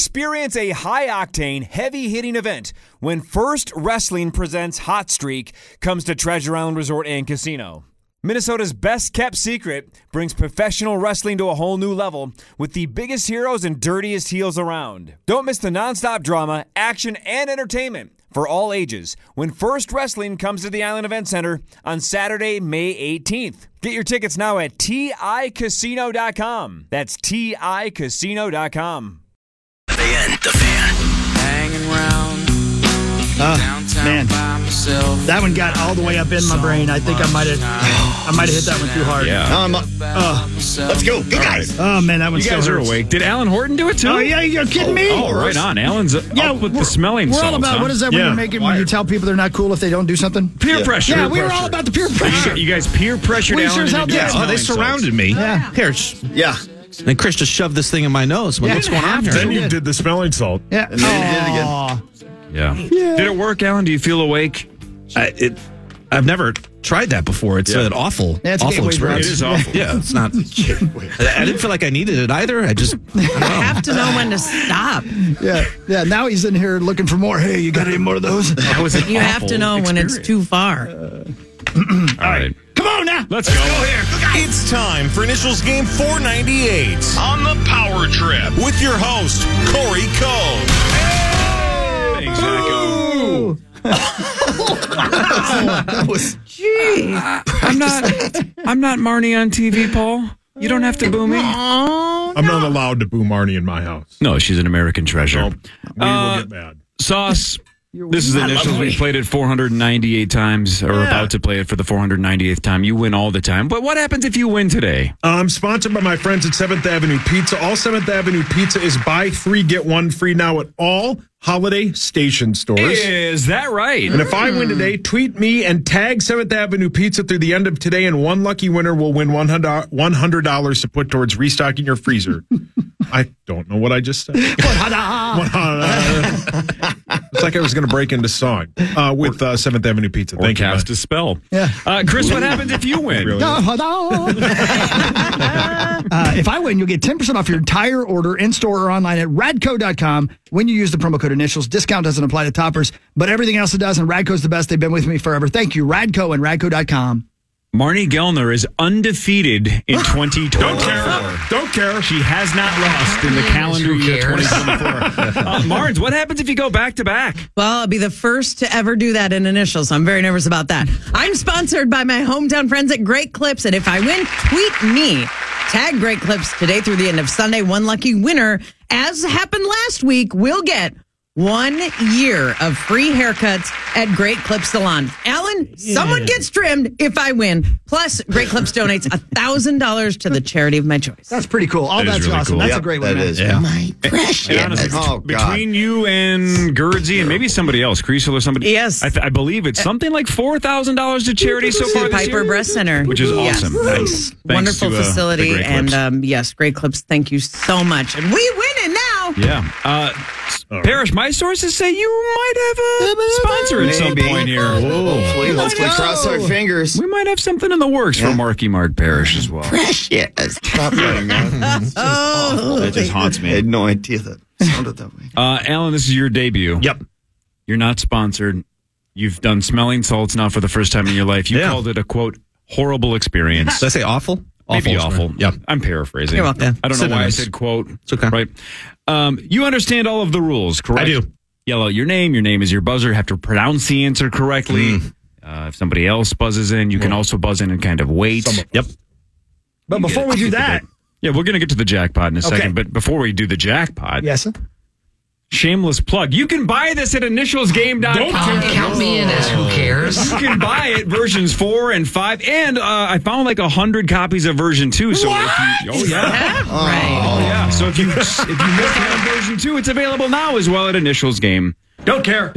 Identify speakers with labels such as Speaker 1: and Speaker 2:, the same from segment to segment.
Speaker 1: Experience a high octane, heavy hitting event when First Wrestling presents Hot Streak comes to Treasure Island Resort and Casino. Minnesota's best kept secret brings professional wrestling to a whole new level with the biggest heroes and dirtiest heels around. Don't miss the nonstop drama, action, and entertainment for all ages when First Wrestling comes to the Island Event Center on Saturday, May 18th. Get your tickets now at ticasino.com. That's ticasino.com.
Speaker 2: They end the fan.
Speaker 3: Hanging round
Speaker 4: Uh,
Speaker 3: downtown
Speaker 5: Uh, man.
Speaker 3: by myself.
Speaker 5: That one got all the way up in my brain. I think I might have, I might have hit that one too hard.
Speaker 6: Yeah.
Speaker 4: Um,
Speaker 3: By myself.
Speaker 4: let's go, go guys.
Speaker 5: Oh man, that one
Speaker 6: You
Speaker 5: still
Speaker 6: guys are
Speaker 5: hurts.
Speaker 6: awake. Did Alan Horton do it too?
Speaker 5: Oh yeah, you're kidding me.
Speaker 6: Oh, right on. Alan's uh,
Speaker 5: Yeah,
Speaker 6: up with the
Speaker 5: we're-
Speaker 6: smelling
Speaker 5: We're all
Speaker 6: salts,
Speaker 5: about
Speaker 6: huh?
Speaker 5: what is that when
Speaker 6: Yeah.
Speaker 5: you make it when you tell people they're not cool if they don't do something?
Speaker 6: Peer
Speaker 4: Yeah.
Speaker 6: pressure.
Speaker 5: yeah, we were all about the peer
Speaker 6: You
Speaker 5: pressure.
Speaker 6: got- You guys peer pressured
Speaker 5: We
Speaker 6: Alan.
Speaker 5: sure as hell
Speaker 6: into
Speaker 5: did.
Speaker 6: doing
Speaker 5: Oh,
Speaker 6: smelling salts.
Speaker 7: me.
Speaker 5: Yeah.
Speaker 7: Here, sh-
Speaker 4: Yeah.
Speaker 7: and Chris just shoved this thing in my nose. I'm like,
Speaker 5: Yeah.
Speaker 7: What's going on here?
Speaker 5: Sure
Speaker 8: Then you
Speaker 5: did.
Speaker 8: did the smelling salt.
Speaker 5: Yeah.
Speaker 4: And then you did it again.
Speaker 5: Aw.
Speaker 6: Yeah. Did it work, Alan? Do you feel awake?
Speaker 7: I, it, I've never tried that before. It's an awful,
Speaker 5: Yeah, it's
Speaker 7: awful
Speaker 5: gateway
Speaker 7: experience.
Speaker 5: drugs. It
Speaker 6: is awful.
Speaker 7: Yeah, it's not. I I didn't feel like I needed it either. I just. I don't know.
Speaker 9: I have to know when to stop.
Speaker 5: Yeah. Yeah. Now he's in here looking for more. Hey, you got any more of those?
Speaker 6: That was an
Speaker 9: You have to
Speaker 6: awful
Speaker 9: know when it's
Speaker 6: experience.
Speaker 9: too far.
Speaker 6: All right.
Speaker 5: Come on now.
Speaker 6: Let's go.
Speaker 8: It's time for Initials Game 498
Speaker 2: On the power trip.
Speaker 8: with your host, Corey Cove.
Speaker 6: Thanks, Jocko.
Speaker 4: That was
Speaker 6: I'm not. I'm not Marnie on TV, Paul. You don't have to boo me.
Speaker 8: I'm not allowed to boo Marnie in my house.
Speaker 5: Oh,
Speaker 6: No, she's an American treasure.
Speaker 8: No, we
Speaker 6: Uh,
Speaker 8: will get mad.
Speaker 6: Sauce. This is the initials. We played it 498 times, or about to play it for the 498th time. You win all the time. But what happens if you win today?
Speaker 5: Oh,
Speaker 8: I'm Um, sponsored by my friends at 7th Avenue Pizza. All 7th Avenue Pizza is buy three, get one free now at all holiday station stores.
Speaker 6: Is that right?
Speaker 8: And if I win today, tweet me and tag 7th Avenue Pizza through the end of today, and one lucky winner will win $100, $100 to put towards restocking your freezer. I don't know what I just said. it's like I was going to break into song uh, with uh, 7th Avenue Pizza.
Speaker 6: Or
Speaker 8: Thank you.
Speaker 6: cast
Speaker 8: bud.
Speaker 6: a spell. Uh, Chris, what happens if you win?
Speaker 8: Really?
Speaker 5: Uh, if I win, you'll get 10% off your entire order in store or online at radco.com when you use the promo code initials. Discount doesn't apply to toppers, but everything else it does, and Radco's the best. They've been with me forever. Thank you, Radco and radco.com.
Speaker 6: Marnie Gellner is undefeated in 2024.
Speaker 8: Don't care. Don't care.
Speaker 6: She has not lost in the calendar year 2024. uh, Marnes, what happens if you go back to back?
Speaker 9: Well, I'll be the first to ever do that in initials. I'm very nervous about that. I'm sponsored by my hometown friends at Great Clips, and if I win, tweet me. Tag Great Clips today through the end of Sunday. One lucky winner, as happened last week, will get one year of free haircuts at Great Clips Salon. Alan, someone gets trimmed if I win. Plus, Great Clips donates $1,000 to the charity of my choice.
Speaker 5: That's pretty cool. Oh,
Speaker 6: That is
Speaker 5: that's
Speaker 6: really
Speaker 5: awesome.
Speaker 6: cool.
Speaker 5: That's
Speaker 4: Yep,
Speaker 5: a great one.
Speaker 4: That
Speaker 5: man.
Speaker 4: is.
Speaker 9: My precious.
Speaker 4: Yeah,
Speaker 6: honestly,
Speaker 4: oh,
Speaker 6: bet-
Speaker 4: God.
Speaker 6: between you and Gerdsey and maybe somebody else, Creasel or somebody.
Speaker 9: Yes.
Speaker 6: I, th- I believe it's something like four thousand dollars to charity so far.
Speaker 9: to
Speaker 6: this
Speaker 9: Piper
Speaker 6: year,
Speaker 9: Breast Center,
Speaker 6: which is awesome.
Speaker 9: Yes.
Speaker 6: Nice, Thanks
Speaker 9: wonderful
Speaker 6: to, uh, the
Speaker 9: facility,
Speaker 6: Great
Speaker 9: and
Speaker 6: Clips.
Speaker 9: um, yes, great clips. Thank you so much, and we winning now.
Speaker 6: yeah, uh, Parrish. My sources say you might have a sponsor at some
Speaker 4: Maybe.
Speaker 6: point here.
Speaker 4: Hopefully, let's we cross our fingers.
Speaker 6: We might have something in the works for Marky Mark Parrish as well.
Speaker 4: Stop writing that. It's just awful.
Speaker 7: That just haunts
Speaker 4: I
Speaker 7: me.
Speaker 4: had no idea that it sounded that way.
Speaker 6: Uh, Alan, this is your debut.
Speaker 7: Yep.
Speaker 6: You're not sponsored. You've done smelling salts now for the first time in your life. You
Speaker 7: Yeah.
Speaker 6: called it a quote horrible experience.
Speaker 7: Did I say awful?
Speaker 6: Maybe awful.
Speaker 7: Yeah.
Speaker 6: I'm paraphrasing.
Speaker 9: You're welcome.
Speaker 6: I don't know why I
Speaker 7: Synonyms.
Speaker 6: said quote. It's
Speaker 7: okay.
Speaker 6: Right. Um, you understand all of the rules, correct?
Speaker 7: I do.
Speaker 6: Yell out your name. Your name is your buzzer. Have to pronounce the answer correctly.
Speaker 7: Hmm.
Speaker 6: Uh, if somebody else buzzes in, you can also buzz in and kind of wait.
Speaker 7: Yep.
Speaker 5: But before we do that,
Speaker 6: Yeah, we're going to get to the jackpot in a
Speaker 5: Okay.
Speaker 6: second. But before we do the jackpot,
Speaker 5: yes.
Speaker 6: shameless plug. You can buy this at initialsgame.com.
Speaker 3: Count me in as who cares.
Speaker 6: You can buy it versions four and five, and uh, I found like a hundred copies of version two. So if you, oh yeah,
Speaker 9: Right.
Speaker 6: oh yeah. So if you if you missed out on version two, it's available now as well at Initials Game. Don't care.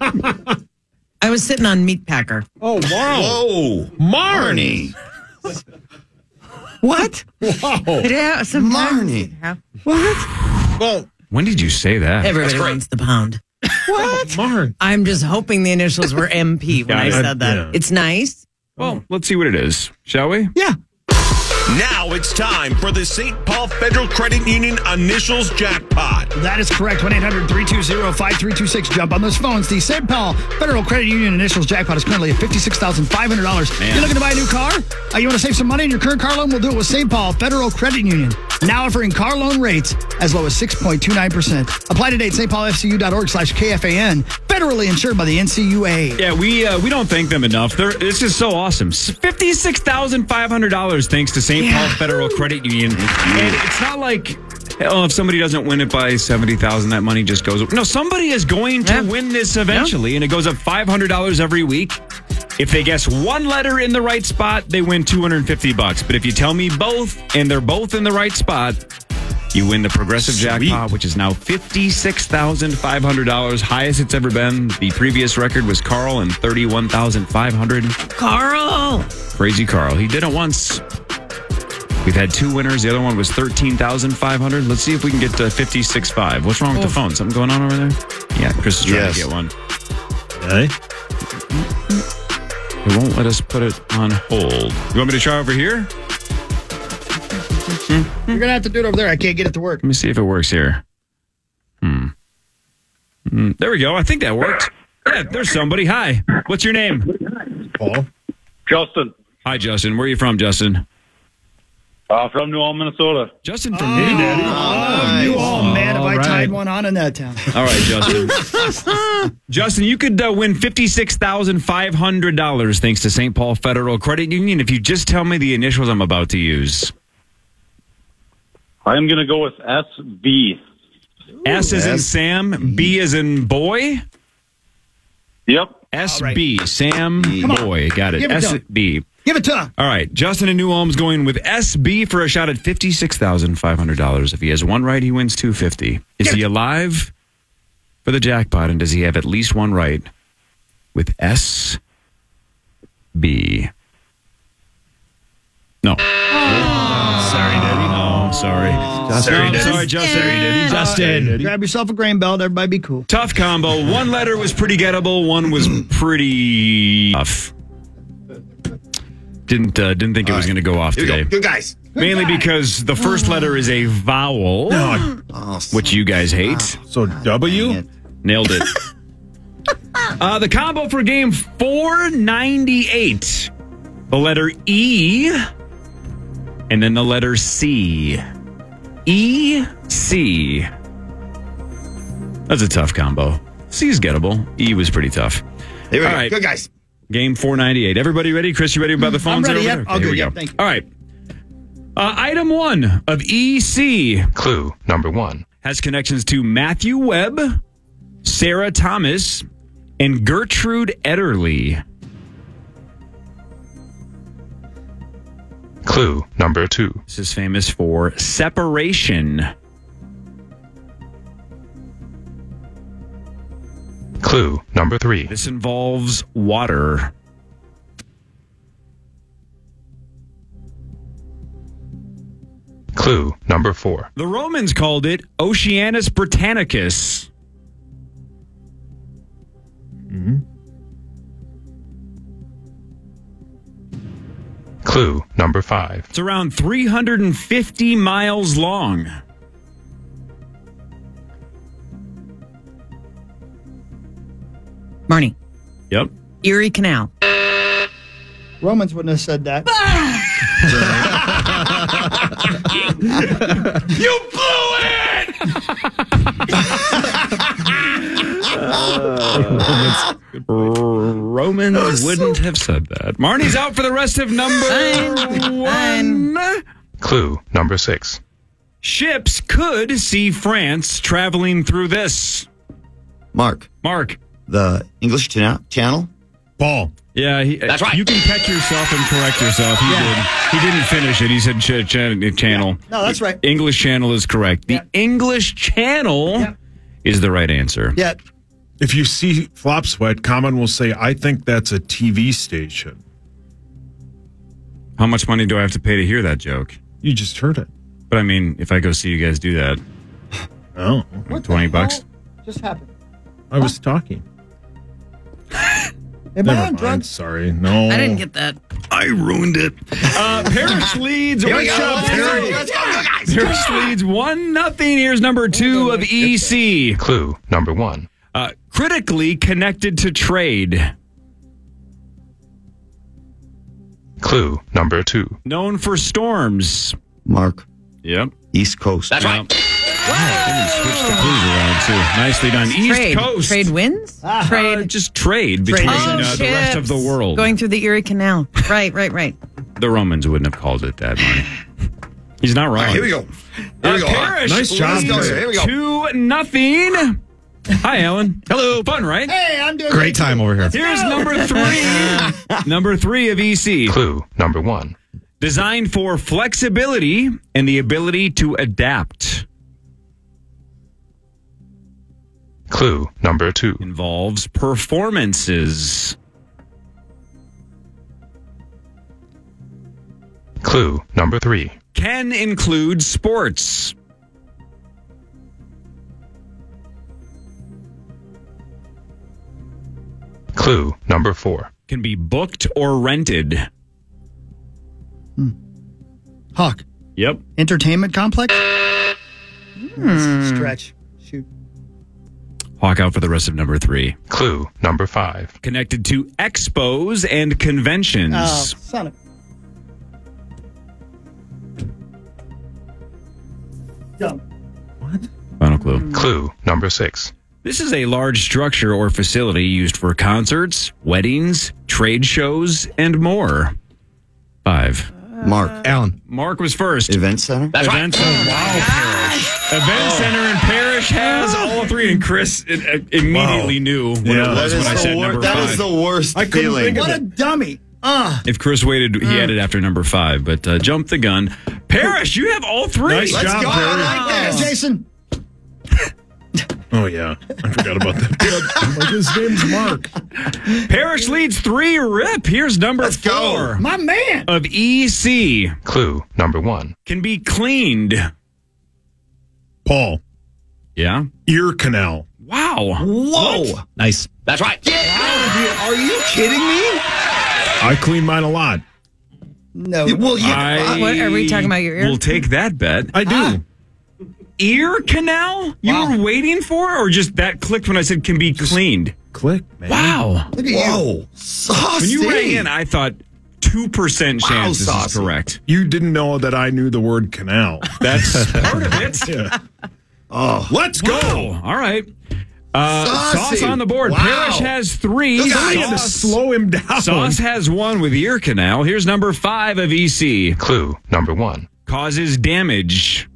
Speaker 9: I was sitting on Meat Packer.
Speaker 8: Oh, wow.
Speaker 4: Oh, Marnie.
Speaker 9: What?
Speaker 8: Wow.
Speaker 9: Yeah, some
Speaker 4: Marnie.
Speaker 9: What?
Speaker 4: Well,
Speaker 6: When did you say that?
Speaker 9: Everybody wants the pound.
Speaker 8: Marn.
Speaker 9: I'm just hoping the initials were MP when
Speaker 6: Yeah,
Speaker 9: I
Speaker 6: I-
Speaker 9: said that.
Speaker 8: yeah.
Speaker 9: It's nice.
Speaker 6: Well, let's see what it is, shall we?
Speaker 5: Yeah.
Speaker 2: Now it's time for the St. Paul Federal Credit Union Initials Jackpot.
Speaker 5: That is correct. 1 800 320 5326. Jump on those phones. The St. Paul Federal Credit Union Initials jackpot is currently at $56,500. You're looking to buy a new car? Uh, you want to save some money on your current car loan? We'll do it with St. Paul Federal Credit Union. Now offering car loan rates as low as 6.29%. Apply today at stpaulfcu.org slash KFAN. Federally insured by the NCUA.
Speaker 6: Yeah, we uh, we don't thank them enough. They're, this is so awesome. Fifty six thousand five hundred dollars thanks to St. Paul Federal Credit Union, and it's not like. Oh, if somebody doesn't win it by seventy thousand, that money just goes. No, somebody is going to win this eventually, and it goes up five hundred dollars every week. If they guess one letter in the right spot, they win two hundred and fifty bucks. But if you tell me both, and they're both in the right spot, you win the progressive jackpot, which is now fifty-six thousand five hundred dollars, highest it's ever been. The previous record was Carl and thirty-one thousand five hundred.
Speaker 9: Carl.
Speaker 6: Crazy Carl, he did it once. We've had two winners. The other one was thirteen thousand five hundred. Let's see if we can get to fifty-six five. What's wrong with the phone? Something going on over there? Yeah, Chris is trying
Speaker 4: Yes.
Speaker 6: to get one. It won't let us put it on hold. You want me to try over here?
Speaker 5: You're going to have to do it over there. I can't get it to work.
Speaker 6: Let me see if it works here. Hmm. Hmm, There we go. I think that worked. Yeah, there's somebody. Hi. What's your name?
Speaker 8: Paul.
Speaker 10: Justin,
Speaker 6: Hi, Justin. Where are you from, Justin?
Speaker 10: uh, from New Orleans, Minnesota.
Speaker 6: Justin from
Speaker 5: Oh.
Speaker 6: New
Speaker 5: You all mad if I
Speaker 6: All
Speaker 5: tied
Speaker 6: right.
Speaker 5: one on in that town.
Speaker 6: All right, Justin. Justin, you could uh, win $56,500 thanks to St. Paul Federal Credit Union if you just tell me the initials I'm about to use.
Speaker 10: I am going to go with SB.
Speaker 6: S is in
Speaker 7: S.
Speaker 6: Sam, B is in boy,
Speaker 10: Yep.
Speaker 6: SB, Sam, boy. Got it.
Speaker 5: Give it to him.
Speaker 6: SB.
Speaker 5: Give it to him.
Speaker 6: All right, Justin in New Ulm's going with SB for a shot at fifty-six thousand five hundred dollars. If he has one right, he wins two fifty. Is he alive for the jackpot? And does he have at least one right with SB? No. sorry, Daddy. Oh, sorry.
Speaker 7: Sorry,
Speaker 6: No, I'm
Speaker 7: Daddy.
Speaker 6: sorry, Justin.
Speaker 7: Justin.
Speaker 5: Grab yourself a grain belt. Everybody be cool.
Speaker 6: Tough combo. One letter was pretty gettable. One was pretty tough. Didn't uh, didn't think it was going to go off today.
Speaker 4: Good guys.
Speaker 6: Mainly because the first letter is a vowel,
Speaker 4: Oh, s-
Speaker 6: which you guys hate.
Speaker 8: So W?
Speaker 6: Nailed it. uh, the combo for game 498 the letter E and then the letter C. E, C. That's a tough combo. C is gettable. E was pretty tough.
Speaker 4: Here we
Speaker 6: All
Speaker 4: go.
Speaker 6: right.
Speaker 4: Good guys.
Speaker 6: Game 498. Everybody ready? Chris, you ready by the phones?
Speaker 5: Mm, ready,
Speaker 6: over
Speaker 5: yep.
Speaker 6: there?
Speaker 5: All
Speaker 6: Okay, here
Speaker 5: good,
Speaker 6: we
Speaker 5: yep,
Speaker 6: go.
Speaker 5: thank you.
Speaker 6: All right. Uh, item one of E EC
Speaker 2: Clue number one.
Speaker 6: has connections to Matthew Webb, Sarah Thomas, and Gertrude Ederle.
Speaker 2: Clue number two.
Speaker 6: This is famous for separation.
Speaker 2: Clue number three.
Speaker 6: This involves water.
Speaker 2: Clue number four.
Speaker 6: The Romans called it Oceanus Britannicus.
Speaker 2: Clue number five.
Speaker 6: It's around 350 miles long.
Speaker 9: Marnie,
Speaker 6: Yep.
Speaker 9: Erie Canal.
Speaker 5: Romans wouldn't have said that.
Speaker 6: Romans wouldn't have said that. Marnie's out for the rest of number one.
Speaker 2: Clue number six.
Speaker 6: Ships could see France traveling through this.
Speaker 4: Mark,
Speaker 6: Mark.
Speaker 4: the English chana- channel.
Speaker 8: Paul.
Speaker 6: Yeah, he, that's
Speaker 4: right.
Speaker 6: You can peck yourself and correct yourself. He did. He didn't finish it. He said ch- ch- channel.
Speaker 5: No, Oh, that's right.
Speaker 6: English channel is correct. The English channel is the right answer.
Speaker 5: Yeah.
Speaker 8: If you see Flop Sweat, Common will say, I think that's a TV station.
Speaker 6: How much money do I have to pay to hear that joke?
Speaker 8: You just heard it.
Speaker 6: But I mean, if I go see you guys do that,
Speaker 8: Oh.
Speaker 6: like twenty bucks.
Speaker 5: Just happened.
Speaker 8: I was talking.
Speaker 5: Am I
Speaker 8: Never
Speaker 5: on
Speaker 8: mind.
Speaker 5: drugs?
Speaker 8: Sorry. No.
Speaker 9: I didn't get that.
Speaker 7: I ruined it.
Speaker 6: Uh, Parrish leads.
Speaker 7: Here we go.
Speaker 6: Workshop
Speaker 7: Let's go.
Speaker 6: Parrish.
Speaker 7: Let's go, you guys.
Speaker 6: Parrish leads one nothing. Here's number two of EC. Clue number one. Uh, critically connected to trade.
Speaker 11: Clue number two.
Speaker 6: Known for storms.
Speaker 11: Mark.
Speaker 6: Yep.
Speaker 11: East Coast.
Speaker 6: That's right. Switch the clues around too. Nicely done.
Speaker 9: trade.
Speaker 6: East Coast.
Speaker 9: Trade wins?
Speaker 6: Trade. just trade
Speaker 9: Trade
Speaker 6: between
Speaker 9: wins.
Speaker 6: uh, the rest of the world.
Speaker 9: Going through the Erie Canal. Right, right, right.
Speaker 6: the Romans wouldn't have called it that. Money. He's not wrong.
Speaker 9: right, here we go.
Speaker 6: Uh,
Speaker 9: we go.
Speaker 6: Parrish
Speaker 9: Nice
Speaker 4: job,
Speaker 6: leads
Speaker 4: Parrish. Here we go.
Speaker 6: Two nothing. Hi, Alan. Hello. Fun, right?
Speaker 5: Hey, I'm doing
Speaker 7: Great time over here.
Speaker 6: Here's number three. number three of EC. Clue number one. Designed for flexibility and the ability to adapt.
Speaker 11: Clue number two.
Speaker 6: Involves performances.
Speaker 11: Clue number three.
Speaker 6: Can include sports.
Speaker 11: Clue number four.
Speaker 6: Can be booked or rented.
Speaker 5: Hawk.
Speaker 6: Yep.
Speaker 5: Entertainment complex? Stretch. Shoot.
Speaker 6: Hawk out for the rest of number three.
Speaker 11: Clue number five.
Speaker 6: Connected to expos and conventions.
Speaker 5: Oh, son of Dumb.
Speaker 6: Final clue.
Speaker 11: Clue number six.
Speaker 6: This is a large structure or facility used for concerts, weddings, trade shows, and more. Five.
Speaker 11: Mark.
Speaker 7: Alan.
Speaker 6: Mark was first.
Speaker 11: Event center.
Speaker 6: That's Event Center. Wow, Parrish. Event Center and Parrish has all three, and Chris it, it immediately knew what it was when I said number five.
Speaker 11: worst
Speaker 6: I couldn't feeling. think of
Speaker 5: What
Speaker 6: it.
Speaker 5: a dummy. Ah.
Speaker 6: if Chris waited, he had it after number five, but uh, jump the gun. Parrish, you have all three.
Speaker 8: Nice Let's job, go. I Parrish. like
Speaker 5: Hey, Jason.
Speaker 8: Oh yeah, I forgot about that. I'm like, his name's Mark.
Speaker 6: Parrish leads three rip. Here's number four
Speaker 5: My man.
Speaker 6: of EC.
Speaker 11: Clue number one.
Speaker 6: Can be cleaned.
Speaker 8: Paul.
Speaker 6: Yeah.
Speaker 8: Ear canal.
Speaker 6: Wow.
Speaker 7: Whoa. Nice.
Speaker 4: That's right.
Speaker 11: Are you kidding me?
Speaker 8: I clean mine a lot.
Speaker 5: No.
Speaker 11: Well,
Speaker 6: I
Speaker 9: What are we talking about? Your ear?
Speaker 6: We'll take that bet.
Speaker 8: I do.
Speaker 6: Ear canal? You were waiting for, or just that clicked when I said can be cleaned?
Speaker 8: Click, man.
Speaker 6: Wow.
Speaker 5: Look at you.
Speaker 11: Whoa. Saucy.
Speaker 6: When you rang in, I thought two percent
Speaker 11: Wow,
Speaker 6: chance this is
Speaker 11: saucy.
Speaker 6: correct.
Speaker 8: You didn't know that I knew the word canal.
Speaker 6: That's part of it.
Speaker 8: Yeah.
Speaker 11: Oh.
Speaker 8: Let's go.
Speaker 6: Wow. All right. Uh,
Speaker 11: Saucy.
Speaker 6: sauce on the board.
Speaker 11: Wow.
Speaker 6: Parrish has three.
Speaker 8: Somebody had to
Speaker 6: Sauce-
Speaker 8: slow him down.
Speaker 6: Sauce has one with ear canal. Here's number five of EC.
Speaker 11: Clue number one.
Speaker 6: Causes damage.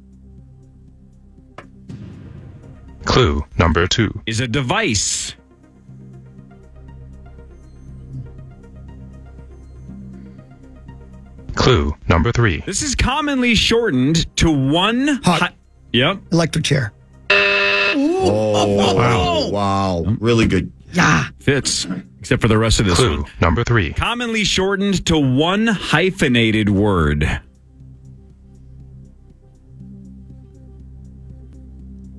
Speaker 11: Clue number two.
Speaker 6: Is a device.
Speaker 11: Clue number three.
Speaker 6: This is commonly shortened to one.
Speaker 5: Hot.
Speaker 6: hi- yep.
Speaker 5: Electric chair.
Speaker 4: Oh, wow. Wow. Really good.
Speaker 9: yeah.
Speaker 6: Fits. Except for the rest of this
Speaker 11: Clue
Speaker 6: one.
Speaker 11: number three.
Speaker 6: Commonly shortened to one hyphenated word.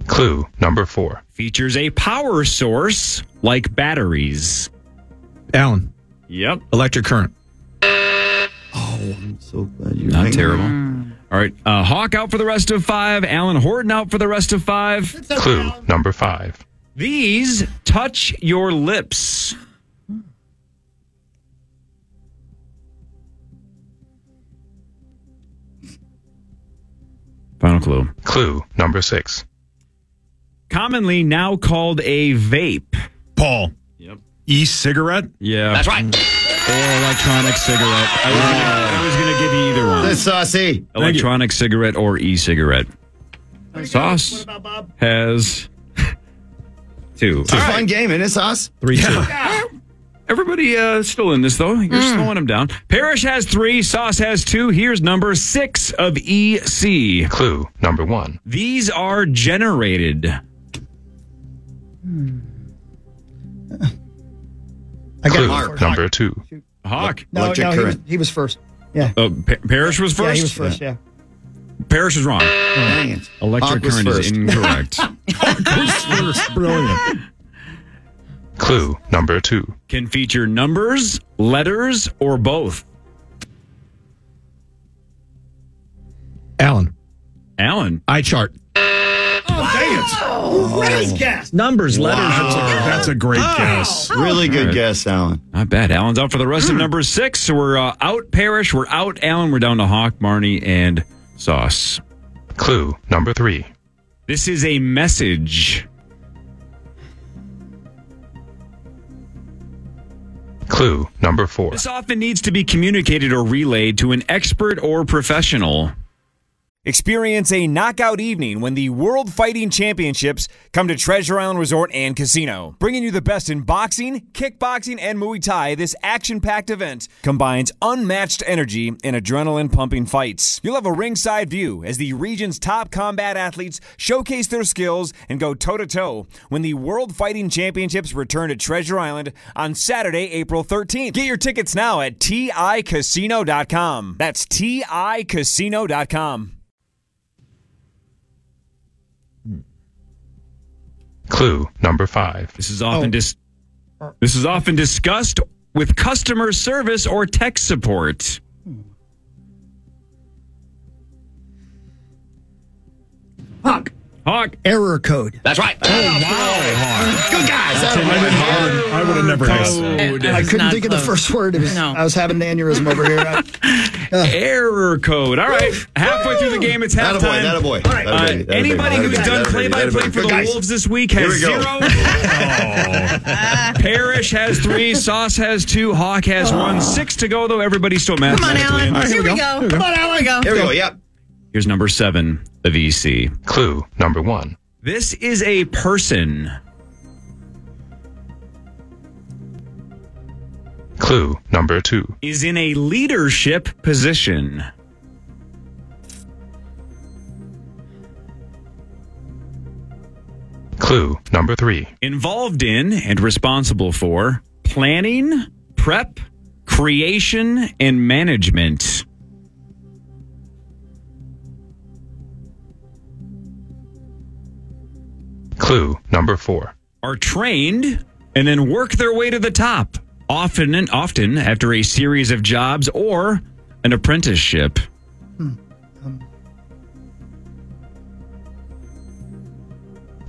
Speaker 11: Clue number four.
Speaker 6: Features a power source like batteries.
Speaker 7: Alan.
Speaker 6: Yep.
Speaker 7: Electric current.
Speaker 4: I'm so glad you're
Speaker 6: Not terrible. All right. Uh, Hawk out for the rest of five. Alan Horton out for the rest of five.
Speaker 11: Clue number five.
Speaker 6: These touch your lips. Final clue.
Speaker 11: Clue number six.
Speaker 6: Commonly now called a vape.
Speaker 8: Paul.
Speaker 6: Yep.
Speaker 8: E-cigarette.
Speaker 6: Yeah. That's right. Or electronic cigarette. I was, gonna, I was gonna give you either one.
Speaker 4: That's saucy.
Speaker 6: electronic cigarette or e-cigarette. Sauce has two.
Speaker 4: It's a fun game, isn't it, Sauce?
Speaker 7: Three, two.
Speaker 6: Everybody uh, still in this though. You're slowing them down. Parrish has three. Sauce has two. Here's number six of EC.
Speaker 11: Clue number one.
Speaker 6: These are generated.
Speaker 5: I got
Speaker 11: Clue
Speaker 5: Mark.
Speaker 11: number two.
Speaker 6: Hawk.
Speaker 5: No,
Speaker 4: Electric
Speaker 5: no, he was,
Speaker 4: current.
Speaker 5: he was first. Yeah.
Speaker 6: Oh, Pa- Parrish was first.
Speaker 5: Yeah, he was first. Yeah.
Speaker 6: Parrish is wrong.
Speaker 4: Dang it.
Speaker 6: Electric
Speaker 4: Hawk was
Speaker 6: current is
Speaker 4: first.
Speaker 6: incorrect.
Speaker 8: Brilliant.
Speaker 11: Clue number two.
Speaker 6: Can feature numbers, letters, or both.
Speaker 7: Alan.
Speaker 6: Alan.
Speaker 7: I chart.
Speaker 5: Oh, Great guess.
Speaker 7: Numbers, letters.
Speaker 8: That's a great guess.
Speaker 4: Really good guess, Alan.
Speaker 6: Not bad. Alan's out for the rest of number six. So we're uh, out Parrish. We're out Alan. We're down to Hawk, Marnie, and Sauce.
Speaker 11: Clue number three.
Speaker 6: This is a message.
Speaker 11: Clue number four.
Speaker 6: This often needs to be communicated or relayed to an expert or professional.
Speaker 1: Experience a knockout evening when the World Fighting Championships come to Treasure Island Resort and Casino. Bringing you the best in boxing, kickboxing, and Muay Thai, this action packed event combines unmatched energy and adrenaline pumping fights. You'll have a ringside view as the region's top combat athletes showcase their skills and go toe to toe when the World Fighting Championships return to Treasure Island on Saturday, April 13th. Get your tickets now at ticasino.com. That's ticasino.com.
Speaker 11: Clue number five.
Speaker 6: This is
Speaker 9: Oh.
Speaker 6: often dis- This is often discussed with customer service or tech support.
Speaker 5: Hawk.
Speaker 6: Hawk.
Speaker 5: Error code.
Speaker 7: That's right.
Speaker 5: Good guys.
Speaker 8: I would have never guessed that.
Speaker 5: I couldn't
Speaker 9: not
Speaker 5: think of the
Speaker 9: close.
Speaker 5: first word. It was,
Speaker 9: No.
Speaker 5: I was having an aneurysm over here. I-
Speaker 6: Error code. All right. Halfway through the game, it's halftime.
Speaker 4: Attaboy, attaboy.
Speaker 6: All right.
Speaker 4: Attaboy,
Speaker 6: Uh,
Speaker 4: attaboy,
Speaker 6: anybody
Speaker 4: attaboy,
Speaker 6: who's
Speaker 4: attaboy,
Speaker 6: done
Speaker 4: attaboy,
Speaker 6: play by play
Speaker 4: attaboy.
Speaker 6: for the
Speaker 4: Good guys.
Speaker 6: Wolves this week has
Speaker 4: Here we go.
Speaker 6: zero. Parrish has three. Sauce has two. Hawk has one. Six to go, though. Everybody's still mad.
Speaker 9: Oh. Come on, Alan. here, we go. Come on, Alan. Here we
Speaker 4: Here
Speaker 9: go.
Speaker 4: we go. Yep.
Speaker 6: Here's number seven, the VC.
Speaker 11: Clue number one.
Speaker 6: This is a person.
Speaker 11: Clue number two.
Speaker 6: Is in a leadership position.
Speaker 11: Clue number three.
Speaker 6: Involved in and responsible for planning, prep, creation, and management.
Speaker 11: Clue number four.
Speaker 6: are trained and then work their way to the top, often and often after a series of jobs or an apprenticeship.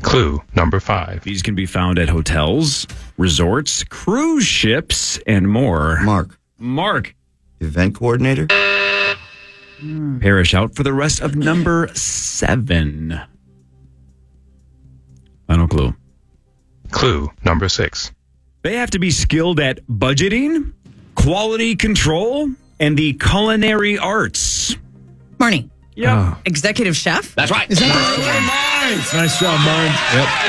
Speaker 11: Clue number five.
Speaker 6: These can be found at hotels, resorts, cruise ships, and more.
Speaker 4: Mark,
Speaker 6: Mark
Speaker 4: event coordinator.
Speaker 6: Parrish out for the rest of number seven. Final clue.
Speaker 11: Clue number six.
Speaker 6: They have to be skilled at budgeting, quality control, and the culinary arts.
Speaker 9: Marnie,
Speaker 6: Yeah.
Speaker 9: executive chef.
Speaker 7: That's right.
Speaker 8: Nice job, Mark.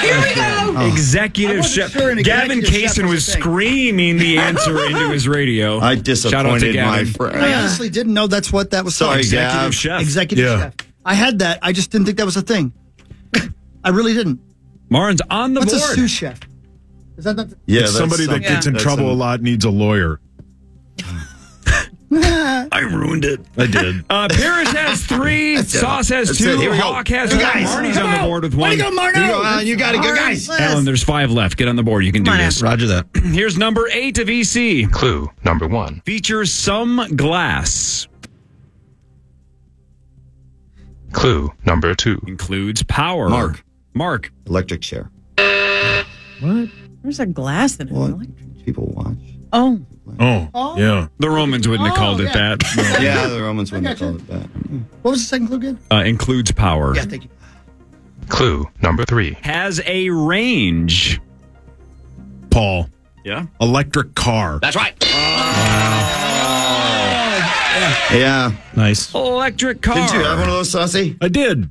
Speaker 9: Here we go.
Speaker 5: I
Speaker 6: Executive
Speaker 5: wasn't
Speaker 6: chef.
Speaker 5: sure an
Speaker 6: Gavin
Speaker 5: executive chef
Speaker 6: Kaysen
Speaker 5: was
Speaker 6: was
Speaker 5: a thing.
Speaker 6: screaming the answer into his radio.
Speaker 4: I
Speaker 6: Shout out to
Speaker 4: disappointed my
Speaker 6: Gavin.
Speaker 5: I
Speaker 4: friend.
Speaker 5: honestly didn't know that's what that was.
Speaker 4: Sorry,
Speaker 5: called.
Speaker 4: Gav.
Speaker 6: Executive chef.
Speaker 5: Executive
Speaker 8: Yeah.
Speaker 5: chef. I had that. I just didn't think that was a thing. I really didn't.
Speaker 6: Marin's on the
Speaker 5: What's a
Speaker 6: board.
Speaker 5: sous chef? Is that not?
Speaker 4: Yeah,
Speaker 8: It's
Speaker 4: that's
Speaker 8: somebody that
Speaker 4: something.
Speaker 8: gets in
Speaker 4: That's
Speaker 8: trouble a
Speaker 4: an-
Speaker 8: lot needs a lawyer.
Speaker 6: I ruined it.
Speaker 7: I did.
Speaker 6: Uh, Paris has three. Sauce has
Speaker 4: That's it.
Speaker 6: two.
Speaker 4: Here we go.
Speaker 6: Hawk has
Speaker 4: Two
Speaker 6: one.
Speaker 4: guys.
Speaker 6: Marty's on the board with one.
Speaker 5: Way to go, Marno.
Speaker 4: You go, Alan. You got it. Good guys.
Speaker 6: Alan, there's five left. Get on the board. You can do
Speaker 9: Come on,
Speaker 6: this.
Speaker 7: Roger that.
Speaker 6: Here's number eight of EC.
Speaker 11: Clue number one.
Speaker 6: Features some glass.
Speaker 11: Clue number two.
Speaker 6: Includes power.
Speaker 4: Mark.
Speaker 6: Mark.
Speaker 4: Electric chair.
Speaker 9: There's a glass in it.
Speaker 4: Well, people watch.
Speaker 9: Oh,
Speaker 8: Oh, yeah.
Speaker 6: The Romans wouldn't have
Speaker 5: Oh,
Speaker 6: called it
Speaker 5: yeah.
Speaker 6: that. No.
Speaker 4: Yeah, the Romans wouldn't
Speaker 5: gotcha.
Speaker 4: call it that.
Speaker 5: What was the second clue again?
Speaker 6: Uh, includes power.
Speaker 5: Yeah, thank you.
Speaker 11: Clue number three.
Speaker 6: Has a range.
Speaker 8: Paul,
Speaker 6: Yeah.
Speaker 8: electric car.
Speaker 7: That's right.
Speaker 4: Yeah.
Speaker 7: Nice.
Speaker 6: Electric car.
Speaker 4: Did you have one of those, Saucy?
Speaker 8: I did.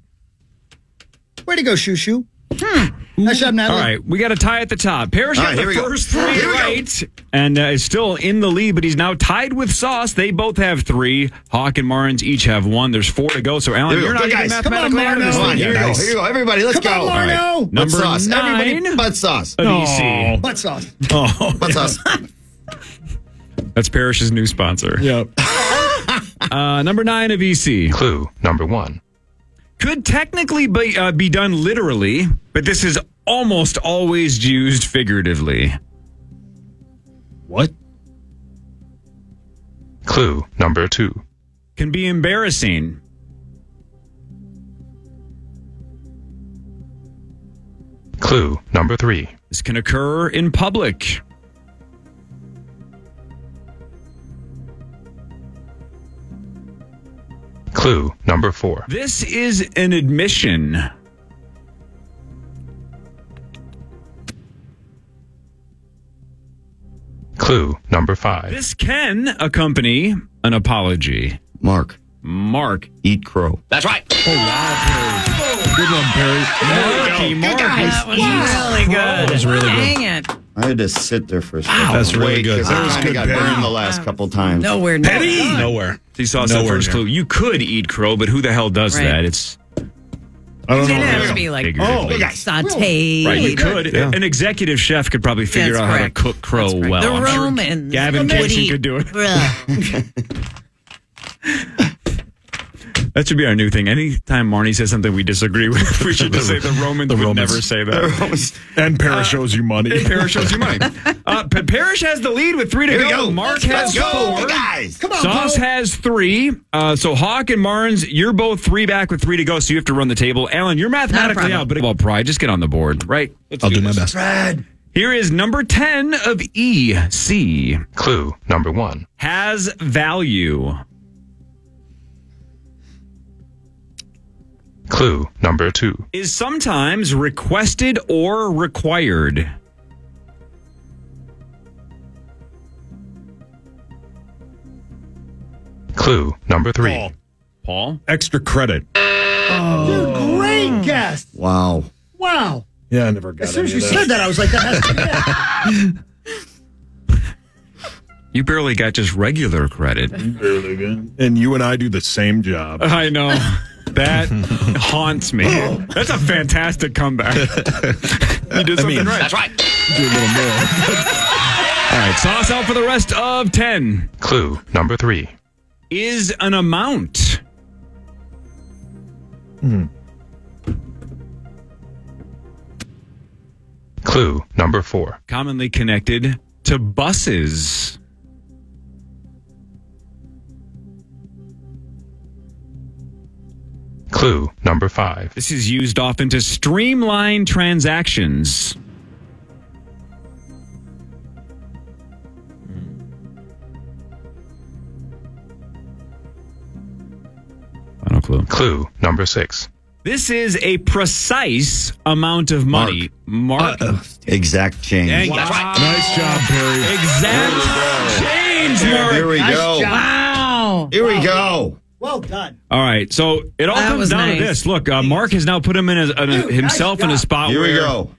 Speaker 5: Way to go, Shoo Shoo. Nice job, Natalie.
Speaker 6: Hmm. All right, we got a tie at the top. Parrish
Speaker 4: All
Speaker 6: got
Speaker 4: right,
Speaker 6: the
Speaker 4: here we go.
Speaker 6: first three
Speaker 4: Here we go.
Speaker 6: right, and uh, is still in the lead, but he's now tied with Sauce. They both have three. Hawk and Marins each have one. There's four to go. So Alan,
Speaker 4: Here we go.
Speaker 6: you're not
Speaker 4: Good
Speaker 6: even
Speaker 4: guys.
Speaker 5: Come on,
Speaker 6: mathematically out of this
Speaker 5: Marno.
Speaker 4: Come on,
Speaker 6: thing
Speaker 4: here we
Speaker 6: yet.
Speaker 4: go. Here we go. Everybody, let's
Speaker 5: Come
Speaker 4: go.
Speaker 5: on, Marno.
Speaker 4: Butt
Speaker 6: Number
Speaker 4: sauce. Everybody,
Speaker 6: nine.
Speaker 4: butt sauce.
Speaker 6: of
Speaker 8: Oh.
Speaker 6: EC.
Speaker 5: Butt sauce.
Speaker 6: Oh,
Speaker 4: Butt sauce.
Speaker 6: that's Parrish's new sponsor.
Speaker 8: Yeah.
Speaker 6: Uh, number nine of EC
Speaker 11: Clue number one.
Speaker 6: could technically be uh, be done literally, but this is almost always used figuratively.
Speaker 7: What?
Speaker 11: Clue number two.
Speaker 6: Can be embarrassing.
Speaker 11: Clue number three.
Speaker 6: This can occur in public.
Speaker 11: Clue number four.
Speaker 6: This is an admission.
Speaker 11: Clue number five.
Speaker 6: This can accompany an apology.
Speaker 7: Mark.
Speaker 6: Mark.
Speaker 7: Eat crow.
Speaker 6: That's right.
Speaker 7: Good one,
Speaker 6: Marky
Speaker 7: Perry.
Speaker 6: Mark
Speaker 9: That was really good.
Speaker 7: was really good.
Speaker 9: Dang it.
Speaker 12: I had to sit there for a second.
Speaker 7: Wow. That's really
Speaker 12: Wait,
Speaker 7: good.
Speaker 12: 'cause
Speaker 7: That
Speaker 12: I
Speaker 7: was
Speaker 12: kinda
Speaker 7: good,
Speaker 12: got
Speaker 7: Perry.
Speaker 12: burned the last couple times.
Speaker 9: Nowhere near.
Speaker 7: Petty. Nowhere.
Speaker 6: He saw the
Speaker 7: Nowhere
Speaker 6: first
Speaker 7: near.
Speaker 6: clue. You could eat crow, but who the hell does
Speaker 9: Right.
Speaker 6: that? It's
Speaker 8: I
Speaker 9: It has to be like, oh,
Speaker 6: Figuratively.
Speaker 9: sauteed.
Speaker 6: Right, you could. An executive chef could probably figure
Speaker 9: That's
Speaker 6: out
Speaker 9: correct.
Speaker 6: how to cook crow well.
Speaker 9: the
Speaker 6: I'm sure
Speaker 9: Romans.
Speaker 6: Gavin
Speaker 9: Nobody-
Speaker 6: Casey could do it.
Speaker 9: Bruh.
Speaker 6: That should be our new thing. Anytime Marnie says something we disagree with, we should just say the Romans would never say that.
Speaker 8: And Parrish owes you money.
Speaker 6: Parrish owes you money. Uh, but Parrish has the lead with three to
Speaker 8: Here
Speaker 6: go.
Speaker 8: we go.
Speaker 6: Mark has
Speaker 8: Let's go,
Speaker 6: four.
Speaker 8: guys. Come on,
Speaker 6: Sauce
Speaker 8: Paul.
Speaker 6: has three. Uh, so Hawk and Marnes, you're both three back with three to go. So you have to run the table. Alan, you're mathematically
Speaker 9: problem.
Speaker 6: out, but well, Pry, just get on the board, right? Let's
Speaker 7: I'll do my
Speaker 6: this.
Speaker 7: best.
Speaker 6: Brad. Here is number ten of E C.
Speaker 11: Clue number one.
Speaker 6: Has value.
Speaker 11: Clue number two.
Speaker 6: is sometimes requested or required.
Speaker 11: Clue number three.
Speaker 6: Paul?
Speaker 8: Extra credit.
Speaker 4: Dude, great guess.
Speaker 12: Wow.
Speaker 4: Wow.
Speaker 8: Yeah, I never got
Speaker 4: As soon as
Speaker 8: any
Speaker 4: you
Speaker 8: of
Speaker 4: said that, I was like, that has to be it.
Speaker 6: You barely got just regular credit.
Speaker 8: Barely good. And you and I do the same job.
Speaker 6: I know. That haunts me. That's a fantastic comeback. you did something right. That's right.
Speaker 7: Do a little more.
Speaker 6: All right, sauce out for the rest of 10
Speaker 11: Clue number three.
Speaker 6: is an amount.
Speaker 11: Clue number four.
Speaker 6: Commonly connected to buses.
Speaker 11: Clue number five.
Speaker 6: This is used often to streamline transactions. Final clue.
Speaker 11: Clue number six.
Speaker 6: This is a precise amount of money. Mark.
Speaker 12: uh, Exact change.
Speaker 6: Dang, that's right.
Speaker 8: Nice job, Perry.
Speaker 6: Exact change,
Speaker 12: Here
Speaker 6: Mark.
Speaker 12: we
Speaker 4: Nice
Speaker 12: go.
Speaker 4: job.
Speaker 9: Wow.
Speaker 12: Here we go.
Speaker 4: Well done.
Speaker 6: All right, so it all
Speaker 9: That
Speaker 6: comes
Speaker 9: was
Speaker 6: down
Speaker 9: nice.
Speaker 6: to this. Look, uh, Mark has now put him in a, in a-
Speaker 4: Dude,
Speaker 6: himself
Speaker 4: nice
Speaker 6: in a
Speaker 4: job.
Speaker 6: spot
Speaker 12: Here
Speaker 6: where
Speaker 12: we go.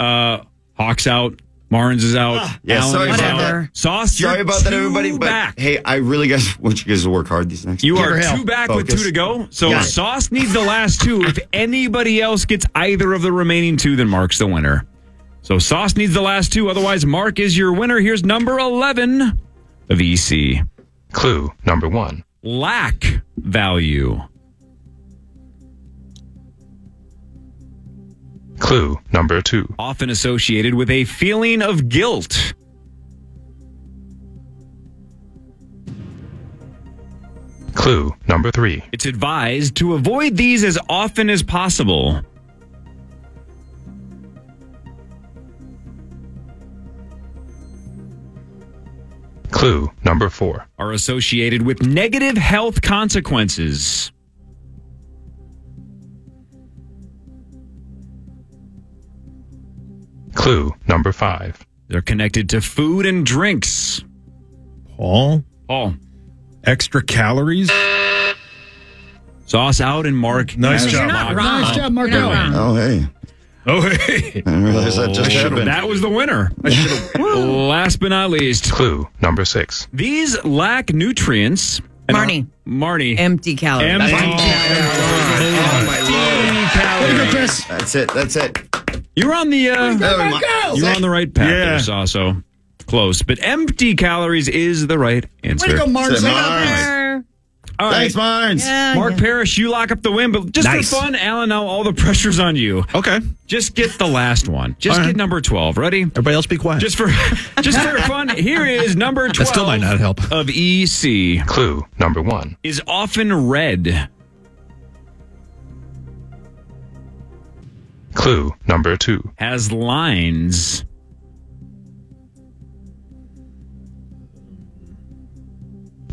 Speaker 6: Uh, Hawks out. Marnes is out.
Speaker 12: Ah, yeah,
Speaker 6: Allen
Speaker 12: sorry
Speaker 6: is
Speaker 12: about
Speaker 6: out.
Speaker 12: that.
Speaker 6: Sauce, you're
Speaker 12: Sorry about that,
Speaker 6: two
Speaker 12: everybody. But
Speaker 6: back.
Speaker 12: hey, I really guys want you guys to work hard these next.
Speaker 6: You
Speaker 12: days.
Speaker 6: are
Speaker 5: her
Speaker 6: two
Speaker 5: hell.
Speaker 6: back with
Speaker 12: Focus.
Speaker 6: two to go. So
Speaker 12: Got it.
Speaker 6: Sauce needs the last two. If anybody else gets either of the remaining two, then Mark's the winner. So Sauce needs the last two. Otherwise, Mark is your winner. Here's number 11 of E EC
Speaker 11: Clue number one.
Speaker 6: lack value.
Speaker 11: Clue number two.
Speaker 6: Often associated with a feeling of guilt.
Speaker 11: Clue number three.
Speaker 6: It's advised to avoid these as often as possible.
Speaker 11: Clue number four.
Speaker 6: Are associated with negative health consequences.
Speaker 11: Clue number five.
Speaker 6: They're connected to food and drinks.
Speaker 8: Paul,
Speaker 6: Paul.
Speaker 8: extra calories.
Speaker 6: Sauce out and Mark.
Speaker 8: Nice
Speaker 6: has
Speaker 8: job,
Speaker 6: Mark.
Speaker 8: Mark.
Speaker 5: Nice job, Mark.
Speaker 6: You're not
Speaker 5: Owen.
Speaker 12: Oh hey,
Speaker 8: Oh, hey.
Speaker 12: I didn't realize that just happened.
Speaker 6: That was the winner. Last but not least,
Speaker 11: Clue number six.
Speaker 6: these lack nutrients. and are-
Speaker 9: Marnie.
Speaker 6: Marnie.
Speaker 9: Empty calories.
Speaker 6: Empty
Speaker 12: Oh my lord.
Speaker 6: calories.
Speaker 5: Chris.
Speaker 12: That's it. That's it.
Speaker 6: You're on the uh,
Speaker 12: There we go.
Speaker 6: you're on the right path
Speaker 8: Yeah.
Speaker 6: there, Sauce. So close, but empty calories is the right answer.
Speaker 5: Way to go, Mark.
Speaker 12: That's it, Marnes.
Speaker 9: There.
Speaker 6: All right.
Speaker 12: Thanks, Marnes.
Speaker 9: Yeah,
Speaker 6: Mark
Speaker 9: yeah.
Speaker 6: Parrish, you lock up the win, but just
Speaker 7: Nice.
Speaker 6: for fun, Alan, now all the pressure's on you.
Speaker 7: Okay.
Speaker 6: Just get the last one. Just
Speaker 7: All right.
Speaker 6: get number 12. Ready?
Speaker 7: Everybody else be quiet.
Speaker 6: Just for just for fun, here is number 12
Speaker 7: that still might not help.
Speaker 6: of EC
Speaker 11: Clue number one.
Speaker 6: is often read.
Speaker 11: Clue number two.
Speaker 6: Has lines.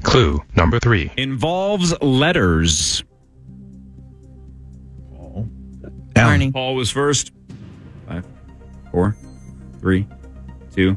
Speaker 11: Clue number three.
Speaker 6: Involves letters. Paul. Barney. Paul was first. Five, four, three, two,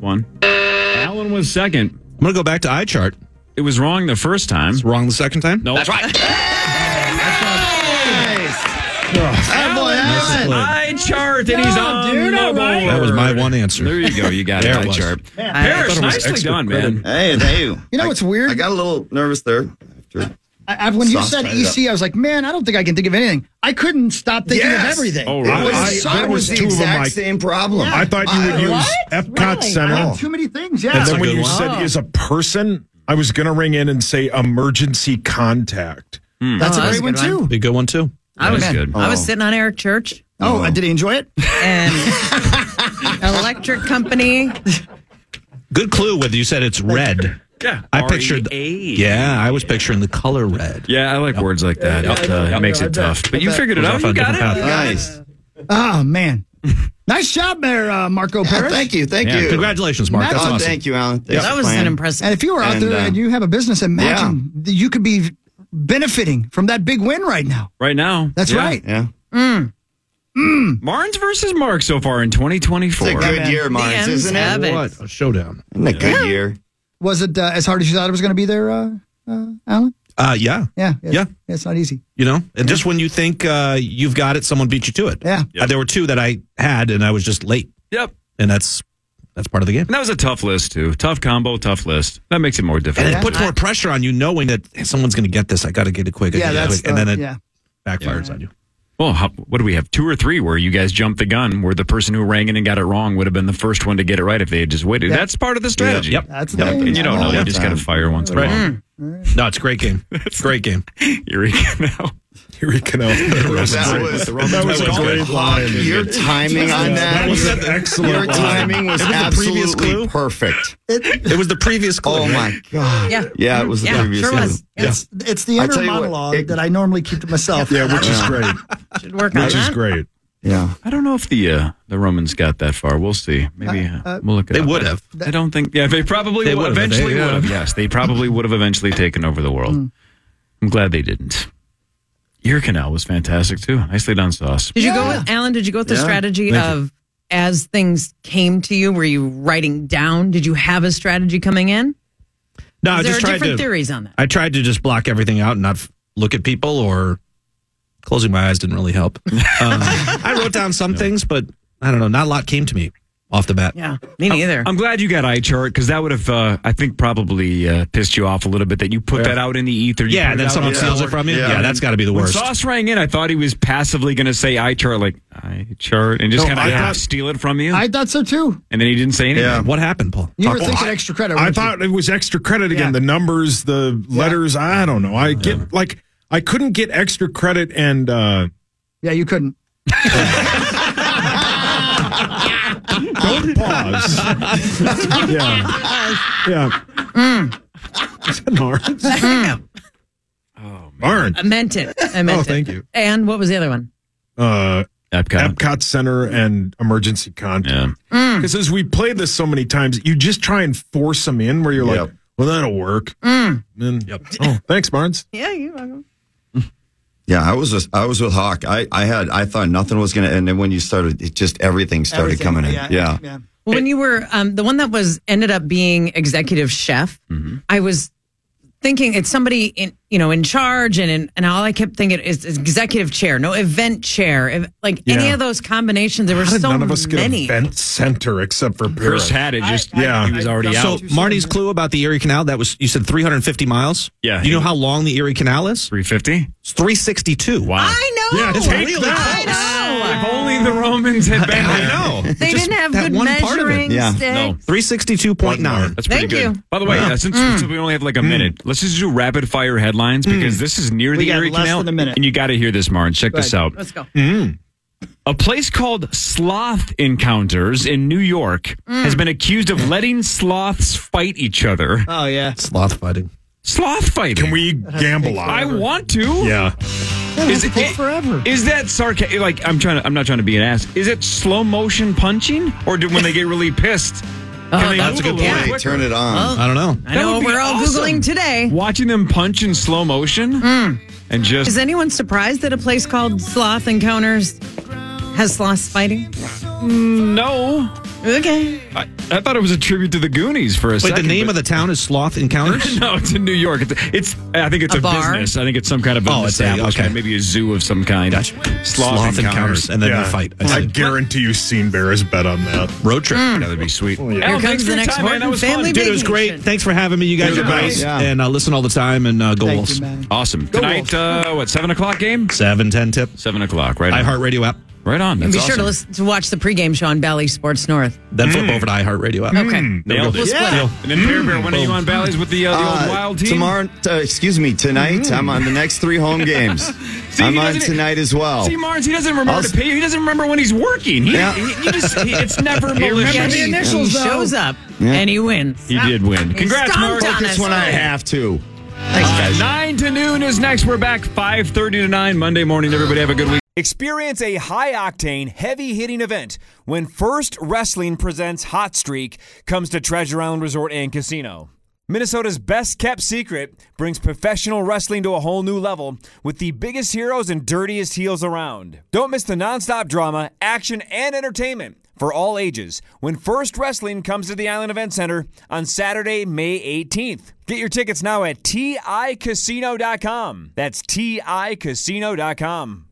Speaker 6: one. Alan was second. I'm
Speaker 7: going to go back to eye chart.
Speaker 6: It was wrong the first time. It's
Speaker 7: wrong the second time?
Speaker 6: No.
Speaker 7: That's
Speaker 6: right.
Speaker 12: That boy, Alan.
Speaker 6: Eye chart, and he's
Speaker 12: No,
Speaker 6: on
Speaker 12: dude, all
Speaker 6: the
Speaker 12: right.
Speaker 6: board.
Speaker 7: That was my one answer.
Speaker 6: There you go. You got it.
Speaker 7: There
Speaker 6: Eye
Speaker 7: was.
Speaker 6: chart.
Speaker 7: Man,
Speaker 12: I
Speaker 6: Parrish,
Speaker 12: thought it was
Speaker 6: nicely
Speaker 12: expert
Speaker 6: done, man.
Speaker 12: Hey, thank you.
Speaker 5: You know what's weird?
Speaker 12: I got a little nervous there. After
Speaker 5: I, I, when you
Speaker 12: Sauce
Speaker 5: said
Speaker 12: tied it up.
Speaker 5: EC, I was like, man, I don't think I can think of anything. I couldn't stop thinking of everything.
Speaker 8: Oh,
Speaker 12: It was, I, was, the exact same problem.
Speaker 8: I thought you would use Epcot Center.
Speaker 5: I have too many things. Yeah.
Speaker 8: And then when you said E is a person, I was going to ring in and say emergency contact.
Speaker 5: That's a Oh, great that's a one, good one.
Speaker 7: A good one, too.
Speaker 9: I was I was sitting on Eric Church
Speaker 5: Oh, uh, did he enjoy it?
Speaker 9: and Electric Company.
Speaker 7: Good clue whether you said it's red.
Speaker 6: Yeah.
Speaker 7: I pictured.
Speaker 6: E
Speaker 7: Yeah, I was picturing the color red.
Speaker 6: Yeah, I like words like that. it uh, makes it tough. But you figured it
Speaker 7: Goes
Speaker 6: out.
Speaker 7: off
Speaker 6: You
Speaker 7: on a
Speaker 6: got it.
Speaker 7: different path.
Speaker 12: Nice.
Speaker 5: Oh, man. nice job there, uh, Marco Perez.
Speaker 12: thank you. Thank
Speaker 7: Yeah,
Speaker 12: you.
Speaker 7: congratulations, Mark. That's
Speaker 12: oh,
Speaker 7: awesome.
Speaker 12: Thank you, Alan. Thanks
Speaker 7: Yeah.
Speaker 12: for
Speaker 9: That was
Speaker 12: playing.
Speaker 9: an impressive.
Speaker 5: And if you were out
Speaker 12: And,
Speaker 5: there
Speaker 12: uh,
Speaker 5: and you have a business, imagine that you could be benefiting from that big win right now.
Speaker 6: Right now.
Speaker 5: That's
Speaker 6: Yeah.
Speaker 5: right.
Speaker 12: Yeah.
Speaker 6: Marnes versus Mark so far in 2024.
Speaker 12: It's a good year, Mars,
Speaker 9: DMs
Speaker 12: isn't it?
Speaker 9: have it.
Speaker 7: What a showdown.
Speaker 12: Isn't it a good year?
Speaker 5: Was it uh, as hard as you thought it was going to be there, uh, uh, Alan?
Speaker 7: Uh, yeah.
Speaker 5: Yeah. It's,
Speaker 7: Yeah.
Speaker 5: It's not easy.
Speaker 7: You know, and just when you think uh, you've got it, someone beat you to it.
Speaker 5: Yeah.
Speaker 7: Uh, there were two that I had, and I was just late,
Speaker 6: Yep.
Speaker 7: and that's that's part of the game.
Speaker 6: And that was a tough list, too. Tough combo, tough list. That makes it more
Speaker 7: And
Speaker 6: difficult.
Speaker 7: it puts more pressure on you, knowing that hey, someone's going to get this. I got to get it quick. I
Speaker 5: Yeah,
Speaker 7: gotta get it
Speaker 5: that's
Speaker 7: quick. and
Speaker 5: the-
Speaker 7: then it
Speaker 5: yeah.
Speaker 7: backfires on you.
Speaker 6: Well, how, what do we have? Two or three where you guys jumped the gun, where the person who rang in and got it wrong would have been the first one to get it right if they had just waited.
Speaker 5: Yeah.
Speaker 6: That's part of the strategy.
Speaker 7: Yep.
Speaker 5: Oh, That's
Speaker 6: Yep.
Speaker 5: the
Speaker 6: And you don't
Speaker 12: All
Speaker 6: know. You
Speaker 12: the
Speaker 6: just got to
Speaker 12: time.
Speaker 6: figure once in a
Speaker 7: Right.
Speaker 6: while.
Speaker 7: No, it's a great game. It's a great game.
Speaker 6: Eureka now.
Speaker 8: Eureka now.
Speaker 12: That was, that was,
Speaker 8: a great line.
Speaker 12: Your timing on that,
Speaker 8: That was an
Speaker 12: your
Speaker 8: excellent line.
Speaker 12: timing was
Speaker 7: Isn't the previous
Speaker 12: absolutely
Speaker 7: clue?
Speaker 12: perfect.
Speaker 7: It was the previous clue.
Speaker 12: Oh
Speaker 7: right?
Speaker 12: my god!
Speaker 9: Yeah.
Speaker 12: Yeah, it was the
Speaker 9: Yeah,
Speaker 12: previous
Speaker 9: sure
Speaker 12: clue.
Speaker 9: was.
Speaker 5: It's, it's the
Speaker 12: I
Speaker 5: inner
Speaker 12: tell you what,
Speaker 5: monologue
Speaker 12: it-
Speaker 5: that I normally keep to myself.
Speaker 8: Yeah, which is great.
Speaker 9: Should work on
Speaker 8: Which is
Speaker 9: that.
Speaker 8: great.
Speaker 12: Yeah,
Speaker 6: I don't know if the uh, the Romans got that far. We'll see. Maybe uh, we'll look at
Speaker 7: They would have.
Speaker 6: I don't think. Yeah, they probably
Speaker 7: They
Speaker 6: would
Speaker 7: would've,
Speaker 6: eventually
Speaker 7: they- yeah.
Speaker 6: would have. Yes, they probably would have eventually taken over the world. I'm glad they didn't. Your canal was fantastic too. Nicely done, sauce.
Speaker 9: Did you go with Alan? Did you go with the strategy of as things came to you? Were you writing down? Did you have a strategy coming in?
Speaker 7: No, I
Speaker 9: there
Speaker 7: just
Speaker 9: are
Speaker 7: tried
Speaker 9: different
Speaker 7: to.
Speaker 9: theories on that.
Speaker 7: I tried to just block everything out and not f- look at people or closing my eyes didn't really help. Um, I wrote down some things, but I don't know. Not a lot came to me off the bat.
Speaker 9: Yeah, me neither.
Speaker 6: I'm glad you got eye chart because that would have, uh, I think, probably uh, pissed you off a little bit that you put that out in the ether. You
Speaker 7: Yeah,
Speaker 6: put
Speaker 7: and
Speaker 6: it
Speaker 7: then
Speaker 6: out
Speaker 7: someone
Speaker 6: there.
Speaker 7: steals it from you. Yeah, that's got to be the
Speaker 6: When
Speaker 7: worst.
Speaker 6: Sauce rang in, I thought he was passively going to say eye chart, like eye chart, and just
Speaker 8: No,
Speaker 6: kind of
Speaker 8: I
Speaker 6: half
Speaker 8: thought-
Speaker 6: steal it from you.
Speaker 5: I thought so too.
Speaker 6: and then he didn't say anything.
Speaker 12: Yeah.
Speaker 7: What happened, Paul?
Speaker 5: You were
Speaker 7: Talk-
Speaker 5: thinking extra credit.
Speaker 8: I
Speaker 5: weren't you?
Speaker 8: thought it was extra credit again.
Speaker 5: Yeah.
Speaker 8: The numbers, the letters. I don't know. I get like I couldn't get extra credit and uh,
Speaker 5: Yeah, you couldn't.
Speaker 8: don't pause. yeah, yeah. Mm. Is that Lawrence? Oh, Lawrence.
Speaker 9: I meant it. I meant
Speaker 8: Oh,
Speaker 9: it.
Speaker 8: thank you.
Speaker 9: And what was the other one?
Speaker 8: Uh,
Speaker 6: Epcot.
Speaker 8: Epcot Center and emergency contact. Because as we play this so many times, you just try and force them in where you're like,
Speaker 12: Yep.
Speaker 8: well, that'll work. Then, oh, thanks, Barnes.
Speaker 9: Yeah, you're welcome.
Speaker 12: yeah. I was with, I was with Hawk. I, I had I thought nothing was gonna, and then when you started, it just everything started
Speaker 5: Everything.
Speaker 12: coming in. Yeah,
Speaker 5: yeah.
Speaker 9: Well, when you were um, the one that was ended up being executive chef, I was thinking it's somebody in you know in charge, and in, and all I kept thinking is, is executive chair, no event chair, ev- like any
Speaker 8: Yeah.
Speaker 9: of those combinations. There were
Speaker 8: How did
Speaker 9: so
Speaker 8: none of us get
Speaker 9: many.
Speaker 8: event center except for
Speaker 6: Chris
Speaker 8: Paris?
Speaker 6: had it. Just
Speaker 8: yeah.
Speaker 6: he was already
Speaker 7: So
Speaker 6: out.
Speaker 7: Marty's clue about the Erie Canal that was you said 350 miles.
Speaker 6: Yeah.
Speaker 7: You know how long the Erie Canal is?
Speaker 6: Three fifty.
Speaker 7: It's 362. Wow.
Speaker 9: I know.
Speaker 8: Yeah,
Speaker 7: It's
Speaker 8: take
Speaker 7: really
Speaker 8: that.
Speaker 7: close.
Speaker 6: If only the Romans had been there.
Speaker 7: I know.
Speaker 9: They
Speaker 7: Just
Speaker 9: didn't have
Speaker 7: that
Speaker 9: good
Speaker 7: one part of it.
Speaker 9: measuring
Speaker 12: Yeah.
Speaker 9: sticks.
Speaker 7: 362.9.
Speaker 6: That's pretty
Speaker 9: Thank
Speaker 6: good.
Speaker 9: you.
Speaker 6: By the way, uh, since since we only have like a minute, let's just do rapid fire headlines because this is near the
Speaker 5: got
Speaker 6: Erie
Speaker 5: less
Speaker 6: Canal.
Speaker 5: than a minute.
Speaker 6: And you got to hear this, Martin. Check this out.
Speaker 9: Let's go.
Speaker 6: A place called Sloth Encounters in New York has been accused of letting sloths fight each other.
Speaker 5: Oh yeah.
Speaker 7: Sloth fighting.
Speaker 6: Sloth fighting.
Speaker 8: Can we gamble on
Speaker 6: I
Speaker 8: it?
Speaker 6: want to.
Speaker 8: Yeah.
Speaker 6: Is it forever? Is that sarcastic? Like I'm trying to. I'm not trying to be an ass. Is it slow motion punching, or do, when they get really pissed?
Speaker 7: Uh,
Speaker 12: Oh, that's a good point. Turn it on. Well,
Speaker 7: I don't know.
Speaker 9: I know we're all Googling today. Hmm.
Speaker 6: Watching them punch in slow motion and just
Speaker 9: Is anyone surprised that a place called Sloth Encounters has sloths fighting?
Speaker 6: No.
Speaker 9: Okay.
Speaker 6: I, I thought it was a tribute to the Goonies for a
Speaker 7: Wait, the
Speaker 6: second.
Speaker 7: name of the town is Sloth Encounters?
Speaker 6: no, it's in New York. It's, it's I think it's
Speaker 7: A
Speaker 6: a,
Speaker 7: bar?
Speaker 6: business. I think it's some kind of an
Speaker 7: Oh, it's a-
Speaker 6: establishment,
Speaker 7: okay.
Speaker 6: maybe a zoo of some kind. Sloth,
Speaker 7: Sloth encounters, and then they fight. I
Speaker 8: I,
Speaker 7: see.
Speaker 8: guarantee you, Scene Bear has bet on that
Speaker 7: road trip.
Speaker 6: Mm.
Speaker 8: That would be sweet.
Speaker 6: Al, thanks for your time, man. That was fun.
Speaker 7: Dude, it was great. Thanks for having me. You guys
Speaker 6: Yeah.
Speaker 7: are best.
Speaker 6: Yeah.
Speaker 7: And uh, listen all the time and uh, go
Speaker 6: Thank
Speaker 7: Wolves.
Speaker 6: you, awesome. Tonight, uh, what seven o'clock game?
Speaker 7: Seven ten tip.
Speaker 6: Seven o'clock. Right. on.
Speaker 7: iHeartRadio app.
Speaker 6: Right on.
Speaker 9: And
Speaker 6: That's
Speaker 9: be sure to
Speaker 6: awesome.
Speaker 9: listen to watch the pregame show on Bally Sports North.
Speaker 7: Then flip
Speaker 6: Mm.
Speaker 7: over to iHeartRadio app.
Speaker 9: Okay.
Speaker 6: Nailed
Speaker 9: We'll
Speaker 6: it.
Speaker 9: split
Speaker 6: Yeah. And then Beer Bear, when are you
Speaker 12: Boom.
Speaker 6: on Bally's with the, uh, the
Speaker 12: Uh,
Speaker 6: old Wild team?
Speaker 12: Tomorrow, t- uh, excuse me, tonight I'm on the next three home games. I'm
Speaker 6: he
Speaker 12: on
Speaker 6: doesn't-
Speaker 12: tonight as well.
Speaker 6: See, Marnes, he doesn't remember
Speaker 12: I'll-
Speaker 6: to pay. He doesn't remember when he's working. He,
Speaker 12: Yeah.
Speaker 6: he, he just, he- it's never
Speaker 9: He
Speaker 6: malicious.
Speaker 9: remembers the initials, He though. shows up, Yeah. and he wins.
Speaker 6: He did win.
Speaker 9: He
Speaker 6: Congrats,
Speaker 9: stomped
Speaker 6: Mark.
Speaker 9: on Focus us. when I have
Speaker 12: to.
Speaker 6: Uh, Nine to noon is next. We're back five thirty to nine Monday morning. Everybody have a good week.
Speaker 1: Experience a high octane, heavy hitting event when First Wrestling presents Hot Streak comes to Treasure Island Resort and Casino. Minnesota's best kept secret brings professional wrestling to a whole new level with the biggest heroes and dirtiest heels around. Don't miss the nonstop drama, action, and entertainment for all ages when First Wrestling comes to the Island Event Center on Saturday, May 18th. Get your tickets now at ticasino.com. That's ticasino.com.